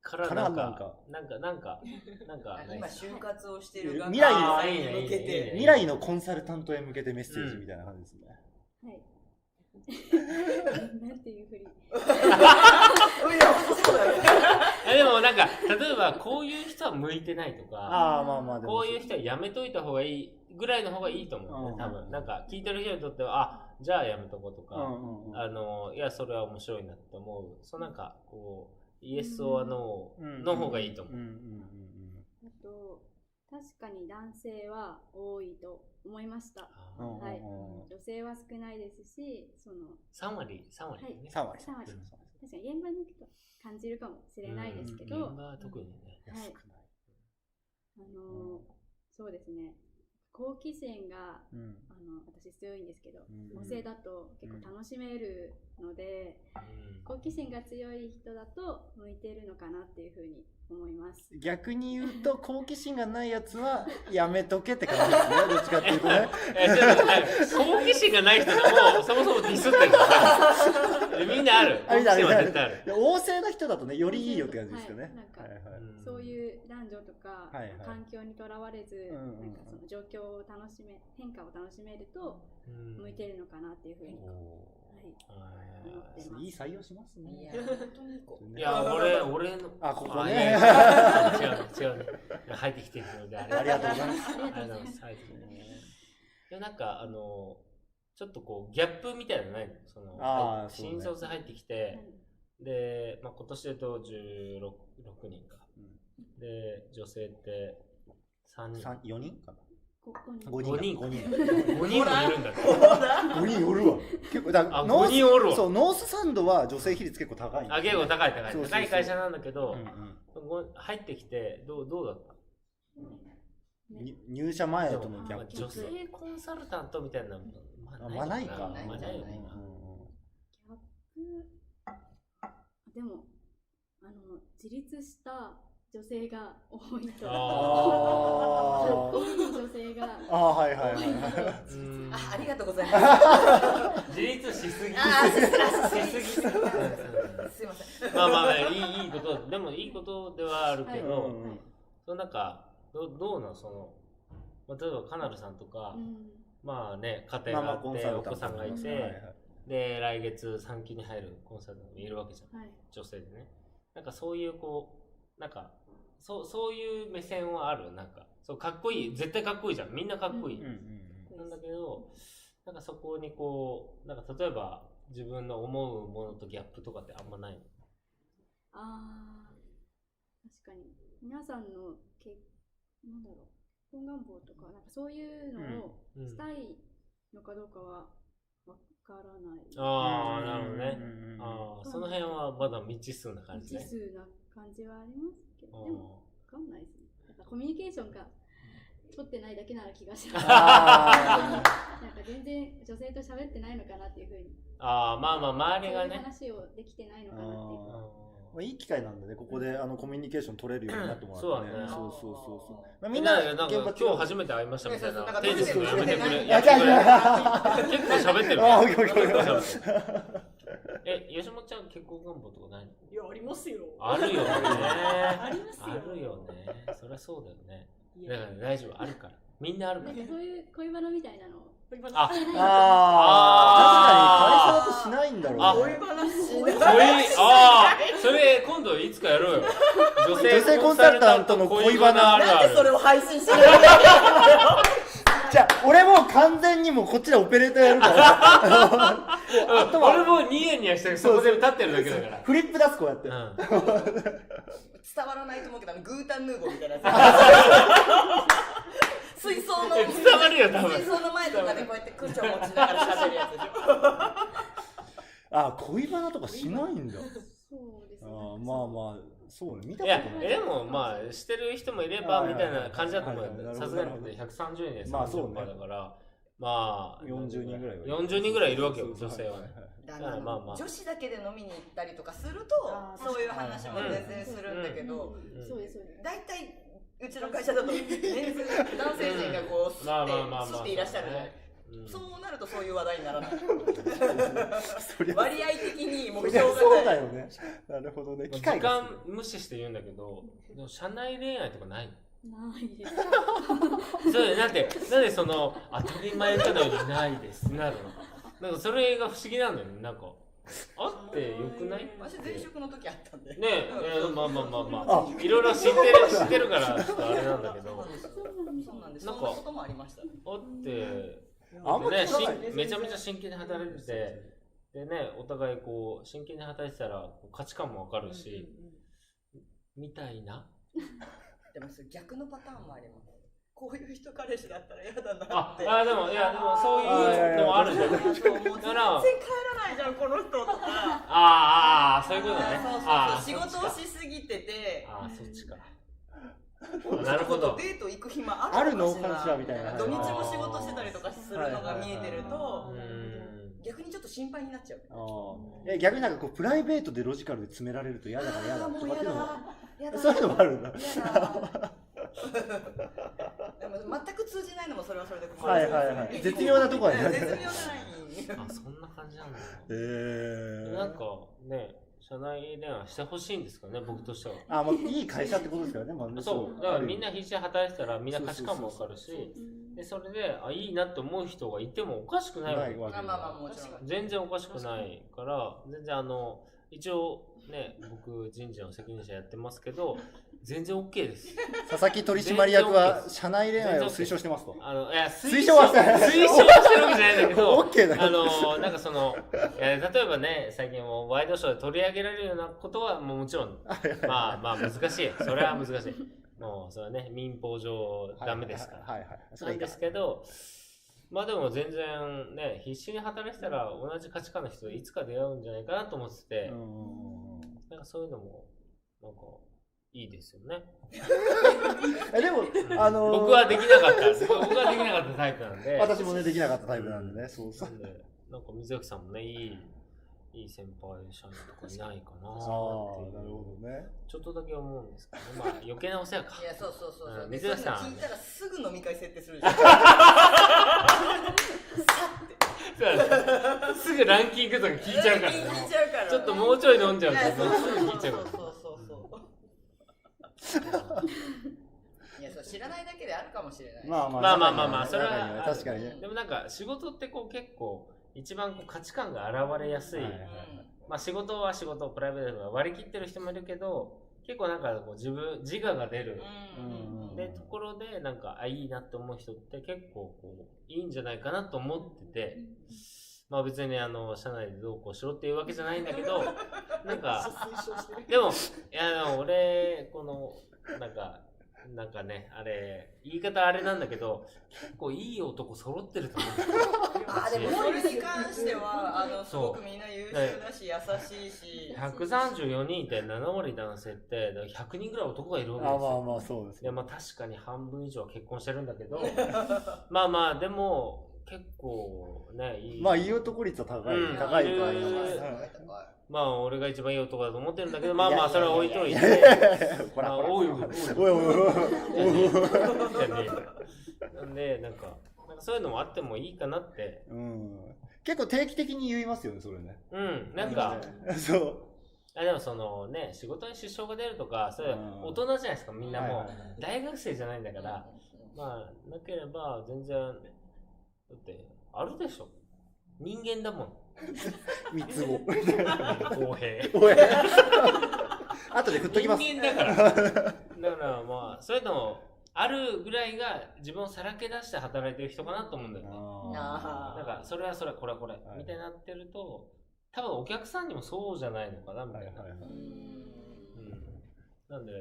から
から
な
なん
ん
か
かなんかなんかなんか
今
ね
就活をしてる
未来
あ
学生
ーいい
に
ね
向け
いいねいいね
て
未来のコンサルタントへ向けてメッセージみたいな感じですね、
はい。なんていうふり。
いやそうだよね
えでもなんか例えばこういう人は向いてないとか
ああまあまあでも
こういう人はやめといた方がいいぐらいの方がいいと思うよね
うん
多分なんか聞いてる人にとってはあじゃあやめとこうと
う
か、
んうんうん
あのいやそれは面白いなって思うそうなんかこうイエスオアノーの方がいいと思う、
うんうんうん
あと、確かに男性は多いと思いました。
う
あ
ん
ー
はい
うんうん。
女性は少ないですし、その、
3割3割ね、
3割
3割確かに現場に行くと感じるかもしれないですけど、
現場は特にね、
いや
はい
少ない
あのーそうですね好奇心が
うん
あの私強いんですけど
うん
女性だと結構楽しめるので、
うん
好奇心が強い人だと向いてるのかなっていうふうに思います
逆に言うと好奇心がないやつはやめとけって感じですねどっちかっていうとね
えちょっと待って好奇心がない人でもそもそもディスってるからえみんなある好
あみん
奇
なある
心は絶対ある
で旺盛な人だとねよりいいよって感じですよね
はいなんか
はいはい
そういう男女とか、
はいはい
環境にとらわれず、
うんうんうん
なんかその状況を楽しめ変化を楽しめると
うん
向いてるのかなっていうふうに、
お
はい、
はい
ーいい採用します
いや
ね
本当にいい子
いや俺俺の
あここね
いやいや違う違う違う入ってきてるのであ
ありがとうござ
ま
います
あり
あ
が
り
と
がと
うご
うご
ざいま
ざい
す
ますでなんかあのちょっとこうギャップみたいなのないのその
あー
はい
そうね
新卒入ってきて、で、まあ、今年でと16 6人か、で女性って3人
三4人かな
ここに
5
五
人
人
5人
5人もいるんだって
5人おるわ結構だから
あ
ノ
5
ー
人おる
ス
わ
そうノースサンドは女性比率結構高いんです
あ結構高い高い
そうそうそう
高い会社なんだけ
う
ど
ん、うん
ご入ってきてどうどうだった
に入社前と
でも
のギャップ
まあ女性コンサルタントみたいなの
あまあないか
まあないよね
ギャップでもあの自立した女性が多いと
あ
かっ
ー
こいい女性が
ああはいはい はい
多いの
はい
と
うん
あありがとうございます
自立しすぎ
あーしすぎ
し す
しすぎ
ぎうん
すいません
まあまあまあいいいいことでもいいことではあるけ
う
ど、
ん
うんうん
そのなんかどどうなんその、まあ、例えばカナルさんとか、
うん
まあね家庭
まあ
が
ま
あ
あ
って、
コンサル
お
タン
子
ト
さんがいて、
はいはい
で来月3期に入るコンサルタントもいるわけじゃん
はい
女性でねなんかそういうこう、なんか、そう、そういう目線はある。なんか、そう、かっこいい。絶対かっこいいじゃん。みんなかっこいい。
うんうん
なんだけど、なんかそこにこう、なんか例えば自分の思うものとギャップとかってあんまないの
あー確かに皆さんのけなんだろう懇願望とかなんかそういうのを
うん
したいのかどうかはわからない、
ああ、なるほどね。
うんうんうん
ああ、その辺はまだ未知数な感じ
未
ね
知。数な感じはありますけ
あ
どでもわかんないですねなんかコミュニケーションが取ってないだけなら気がしますなん か
あ
全然女性と喋ってないのかなっていうふうに
ーあー、まあまあ、周り
そう
が
いう
ね。
話をできてないの
ー
かなっていう
あー
まあいい機会なんでね、ここであのコミュニケーション取れるようになってもらって
そうだね
そうそうそうそう。ま
み
あみ
ん
ん
な、
な
なんか今日初めて会いましたみたいな。手術のやめてくれ。
いや、じゃあ、じゃあ
結構喋 ってるね。
あオッケーオッケーオ
結構
ッケー
喋ってる え、吉本ちゃん結婚願望とかないの
いや、ありますよ。
あるよね。
ありますよ。
あるよね。そりゃそうだよね。
い
だ
や。
から大丈夫、あるから。みんなあるから
なん。かそういう恋バナみたいなのを
あ
してないのか
あ
あー
ー、確かに会社だとしないんだろう
あ
ね。
恋バナし
恋、ああ、それ今度いつかやろうよ。女
女性コンサルタントの恋バナ
あるあ
なんでそれ
る。
を配信してるの
じゃあ、俺もう完全にもうこっちでオペレーターやるから。
うん俺もニヤニヤしてる、そこで立ってるだけだから。
フリップ出す、こうやって。
うん
伝わらないと思うけど、あのグータンヌーボーみたいなやつ。水槽の。
伝わるよ多分
水槽の前とかでこうやって空調持ちながら喋るやつでしょ。
あ、恋バナとかしないんだ。
そうです
あ
ね
ーまあまあ、そうね。見た
い
こ
や
と、ない。
でもまあ、してる人もいれば、
は
み
いはい
た
はい
いな感じだと思うよ
はいは。い
さすがに130円です。
まあそうね
だから、まあ、
40人ぐらいは
40人ぐらいいるわけよ、
そうそう
女性はね。
だ
からまあまあ
女子だけで飲みに行ったりとかする
あー
とそういう話も全然するんだけど
うんそうですそうです
大体うちの会社だとメンズ男性陣がこう
ま
吸
あ
って
まあまあまあ。
吸っていらっしゃるじゃない
うん
そうなるとそういう話題にならない
そりゃ
割合的に目
そり
標
ゃ
が
そう
な
だ
い
よね。なるほどね。
まあ
機
時
会が
間無視して言うんだけど、でも社内恋愛とかないの
ないです
そうだよなんで、なんでその、当たり前かのようにないですってなるの。なんかそれが不思議なんだよね、なんか。あってよくないね
私前職の時あったんで
え、えーまあまあまあまあ
あ。
いろいろ知ってる、知ってるから、ちょっとあれなんだけ
そうな
ど
ん。ですよそうなんです
な
そ
んか
んなこともありました
あって、
あんま
ね、
聞か
し
ない
んめちゃめちゃ真剣に働いてて、でね、お互いこう、真剣に働いてたら、こう価値観もわかるし、みたいな。
でもそれ逆のパターンもありますこういう人彼氏だったら嫌だな
あ
っ、て
あでも、いや、でもそういうのもあるじゃん。
そうそうもう全然帰
だからら
ないじゃんこの人とか
ああ、そういうことね。あ
あ
ー
そうそうそう仕事を
そっちか
しすぎてて
あー、そっちか。なるほど。
デート行く暇あ
あ
る
る
の
の
かし
からしらみたいな
土日も仕事してたりとかするのが見えてる
う
と
ーん。
逆にちょっと心配になっちゃう
あーえ逆になんかこうプライベートでロジカルで詰められると嫌だから嫌
あ
だ
あ
と
もう
かっ
や
ていう
だ
のは
やだ
そういうのもあるんだ
やだでも全く通じないのもそれはそれで困る
はいはいはい絶妙なとこやね
絶妙じゃない
あ、そんな感じなんだ。
えー、
なんかね、社内恋愛してほしいんですかね、僕としては。
あまあいい会社ってことですからね、まあね、
そう、だからみんな必死で働いてたら、みんな価値観もわかる
そう
し、で、それで、あ、いいなって思う人がいてもおかしくないわ
な
け
い。わ
ま
け
あまあまあもちろん
全然おかしくないから、全然あの、一応ね、僕人事の責任者やってますけど、全然 OK です。
佐々木取締役
全然 OK
は
です
社内恋愛を推奨してますと
あの、いや、推
推奨はしてない
推奨はしてるわけじゃないんだけ ど、
OK だよ
あの、なんかその、えー例えばね、最近もうワイドショーで取り上げられるようなことは、もうもちろん、まあまあ難しい。それは難しい。もう、それはね、民法上ダメですから。
はいはいはいそ
な
れい
ん
いか
ですけど、まあでも全然ね、必死に働いてたら同じ価値観の人といつか出会うんじゃないかなと思ってて、
うんうんうん
なんかそういうのも、なんか、いいですよね。
えでもあのー
僕はできなかった。僕はできなかったタイプなんで。
私もねできなかったタイプなんでねそうそ
な
うん
で、なんか水崎さんもね、いい、いい先輩社員とかいないかな
ああ
ーって
なるほどね
ちょっとだけ思うんですけど、まあ余計なお世話か。
いやそうそうそうそううんで
水谷さん
そういうの聞いたらすぐ飲み会設定するじゃんさって
そうだね すぐランキングとか聞いちゃうからね。
聞いちゃうから
ちょっともうちょい飲んじゃう
い
と、
やそう
もうす
そ
ぐ聞いう
そ
ちゃ
う
うか
そうそう
ら。
いやそう知らないだけであるかもしれない
まあまあ
まあまあまあまあそ
中に
れは
中に確かに
う
ね
ん
でもなんか仕事ってこう結構一番こう価値観が現れやすい
はいはい
うん
まあ、仕事は仕事、プライベートは割り切ってる人もいるけど、結構なんかこう自分、自我が出る。
うん
でところでなんかあいいなって思う人って結構こういいんじゃないかなと思ってて、まあ別にあの社内でどうこうしろっていうわけじゃないんだけ どなんか
推奨してる。
でもいやでも俺このなんかなんかねあれ言い方あれなんだけど結構いい男揃ってると思うんですよ
あでもそれに関してはあのす
そう
ごくみんな優秀だし優しいし
134人いて7割男性ってだから100人ぐらい男がいるわけです
あ
よ
まあまあそうです
いや
ね。
まあ確かに半分以上は結婚してるんだけどまあまあでも結構ねいい
まあいい男率は高い、
うん
高いと
高
は言
い
いま
高
す
い
うん
高い
は
高い
まあ俺が一番いい男だと思ってるんだけ どまあまあそれは置いといて
い い。
ま
こら
あ
こら
おいおい
おいおいおい
じゃ
おいおい。
ねえなんでなんかなんかそういうのもあってもいいかなって
うん。結構定期的に言いますよね、それね。
うんなんか
そう。
あでもそのね仕事に支障が出るとかそういう
うん
大人じゃないですかみんな
はい
も
はいはいう
大学生じゃないんだから
う
まあなければ全然だってあるでしょ人間だもん
三つ 子。
公平
おい。後で振っときます。
人間だから。だからまあ、そういうのあるぐらいが自分をさらけ出して働いてる人かなと思うんだよね。
あー
なんか、それはそれはこれはこれ、
はい
みたいになってると、多分お客さんにもそうじゃないのかな、みた
はいい
な。
はいはい
ん
うん、なんで、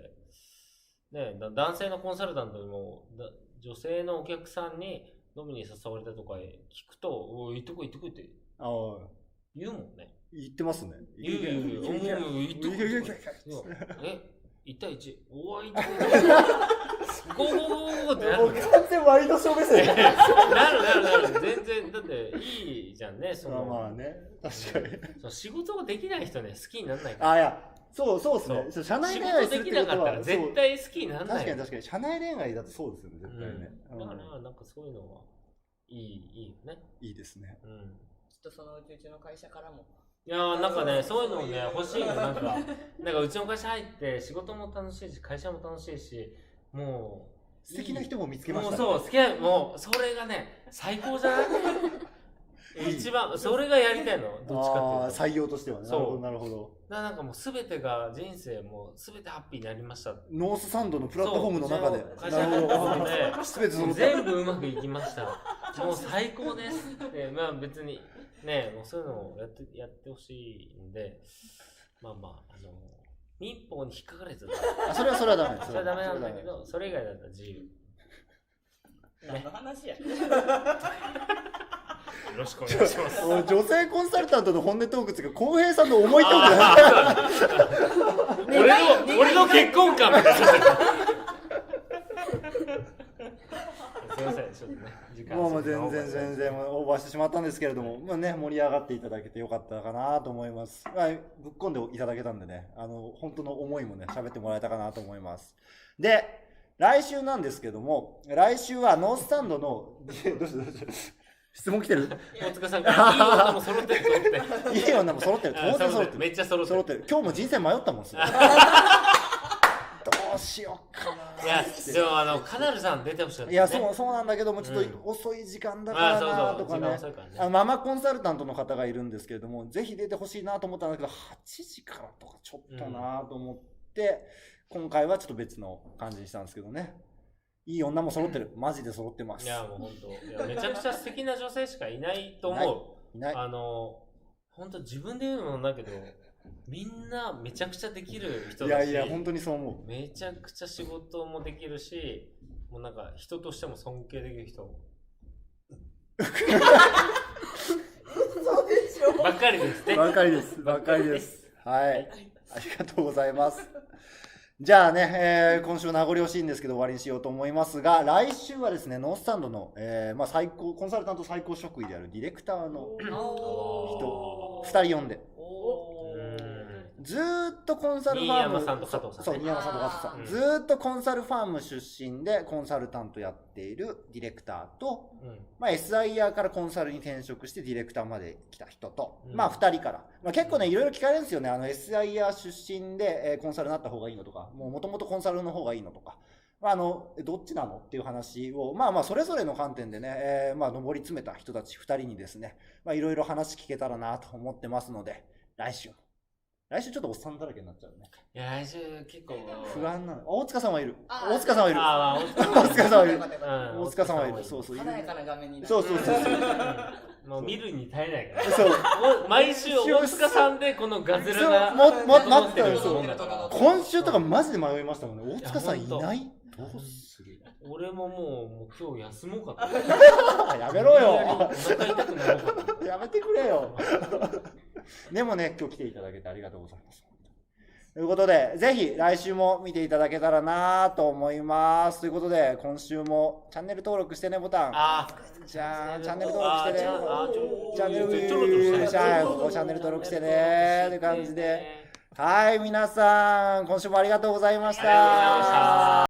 ね、だ男性のコンサルタントにもだ女性のお客さんに飲みに誘われたとか聞くと、おい、行ってこい行ってこいって
ああ、
言うもんね。
言ってますね。
言う言う言う。おいおい行ってこい行ってこい。そうえ1対1おーいゴーゴーゴーゴーってな
も
る
う完全ワイドショー目線。
なるなるなる全然だっていいじゃんねそ
まあ
の,、
まあね、確かに。
その仕事ができない人ね好きにならないから
あいや、そうそうですね。そう社内
仕
恋愛
事
する
で
っ
き
て
な
こ
か
と
ったら
は、そう
絶対好きにならない
確かに確かに社内恋愛だとそうですよね、絶対ね。
うん、だか
うん
らなんかそういうのはいいいいよね
いいですね。
うん
きっとそのうちうちの会社からも
いやーなんかねそういうのもね欲しいのなんか なんかうちの会社入って仕事も楽しいし会社も楽しいしもう
素敵な人も見つけまし
もう
た。
そう、好きな、もう、それがね、最高じゃない一番、それがやりたいの、どっち
あ
か
あ、
っていうと。
採用としてはね。な
そ
るほど、
う
なるほど。
ななんかもう、すべてが、人生もう、すべてハッピーになりました。
ノースサンドのプラットフォームの中で。
そう
なるほどわかりました。すべてその。
全部うまくいきました。もう最高です って、まあ別に、ね、もうそういうのをやって、やってほしいんで、まあまあ、あの、民法に引っかかるやつだ
あそれはそれはダメです。
それはダメなんだけど、それ以外だったら自由。よ
何の話や
ろしくお願いします。
それはダメです。お女性コンサルタントの本音トークっていうか、浩平さんの思いトークだ。
あー 俺の俺の結婚観みたいな。すいません、ちょっとね、時間
もうもう全然全然オーバーしてしまったんですけれども、まあね、盛り上がっていただけてよかったかなと思います。はい、ぶっこんでいただけたんでね、あの、本当の思いもね、喋ってもらえたかなと思います。で、来週なんですけども、来週はノースタンドの、 えどうしたどうした質問来てる
大塚さんから、いい女も揃ってる、揃って る。
いい女も揃ってる。当然揃って
め
る。
っちゃ揃って
揃
る
っ。てる。今日も人生迷ったもんす よ。どうしようかな。
いや、でもあの、カナルさん出てほしかった、ね。
いや、そう、そうなんだけども、ちょっ
うん
と遅い時間だか
あ
ら
あ、そう
な
そ
と
う、
か
時間
ね。
遅いからね。
あのママコンサルタントの方がいるんですけれども、ぜひ出てほしいなと思ったんだけど、8時からとかちょっとなと思って、今回はちょっと別の感じにしたんですけどね。いい女も揃ってる。マジで揃ってます。
いや、もう本当、いやめちゃくちゃ素敵な女性しかいないと
いない
思
いな
う。
い。
あの、本当自分で言うのもなんだけど、みんなめちゃくちゃできる人
い
だ
や
し。
いや、本当にそう思
めちゃくちゃ仕事もできるし、もうなんか人としても尊敬できる人
そうでしょ
ばっかりです
う。
ね。
ばかりです。ばかりです。はい。ありがとうございます。じゃあね、えー今週名残惜しいんですけど終わりにしようと思いますが、来週はですね、ノースタンドの、えーまあ、最高、コンサルタント最高職位であるディレクターの
人
2人呼んで、
おー
ずーっとコンサルファーム。
新山さんと加藤さんね
そう、新山さんと加藤さん。
あー
ずーっとコンサルファーム出身で、コンサルタントやっているディレクターと、
うん
まあ、SIR からコンサルに転職してディレクターまで来た人と、
うん
まあ、2人から。まあ、結構ね、いろいろ聞かれるんですよね。あの、SIR 出身で、えーコンサルになった方がいいのとか、もう元々コンサルの方がいいのとか。まあ、あの、どっちなのっていう話を、まあまあ、それぞれの観点でね、えーまあ、上り詰めた人たち2人にですね、まあ、いろいろ話聞けたらなと思ってますので、来週。来週ちょっとおっさんだらけになっちゃうね。
いや、来週結構。
不安なの。あ大塚さんはいる。
あ
大塚さんはいる。
あーまあ
大塚さんはいる。
うん
大塚さんはいる。そう
う。
そう、いる
華。やかな画面になる
そうそうそうそう。
もう見るに耐えない から。
そう。
もう 毎週大塚さんでこのガズラ
そう
が
も、も、
整
待
っ
ってて
る
た
よ
よ
うなも
そ
ん
う。
だから。
今週とかマジで迷いましたもんね。大塚さんいないどうする
俺ももうもう今日休もうかと。
やめろ
お
よ。
腹痛くなろうかと。
やめてくれよ。 でもね、今日来ていただけてありがとうございます。ということで、ぜひ来週も見ていただけたらなと思います。ということで、今週もチャンネル登録してねボタン。
あ
じゃーん、チャンネル登録してね。
あーちょ
チャンネル
ちょろちょろして
じゃあここチャンネル登録してねって感じで。はい、皆さん、今週もありがとうございまし
ありがとうございました
た。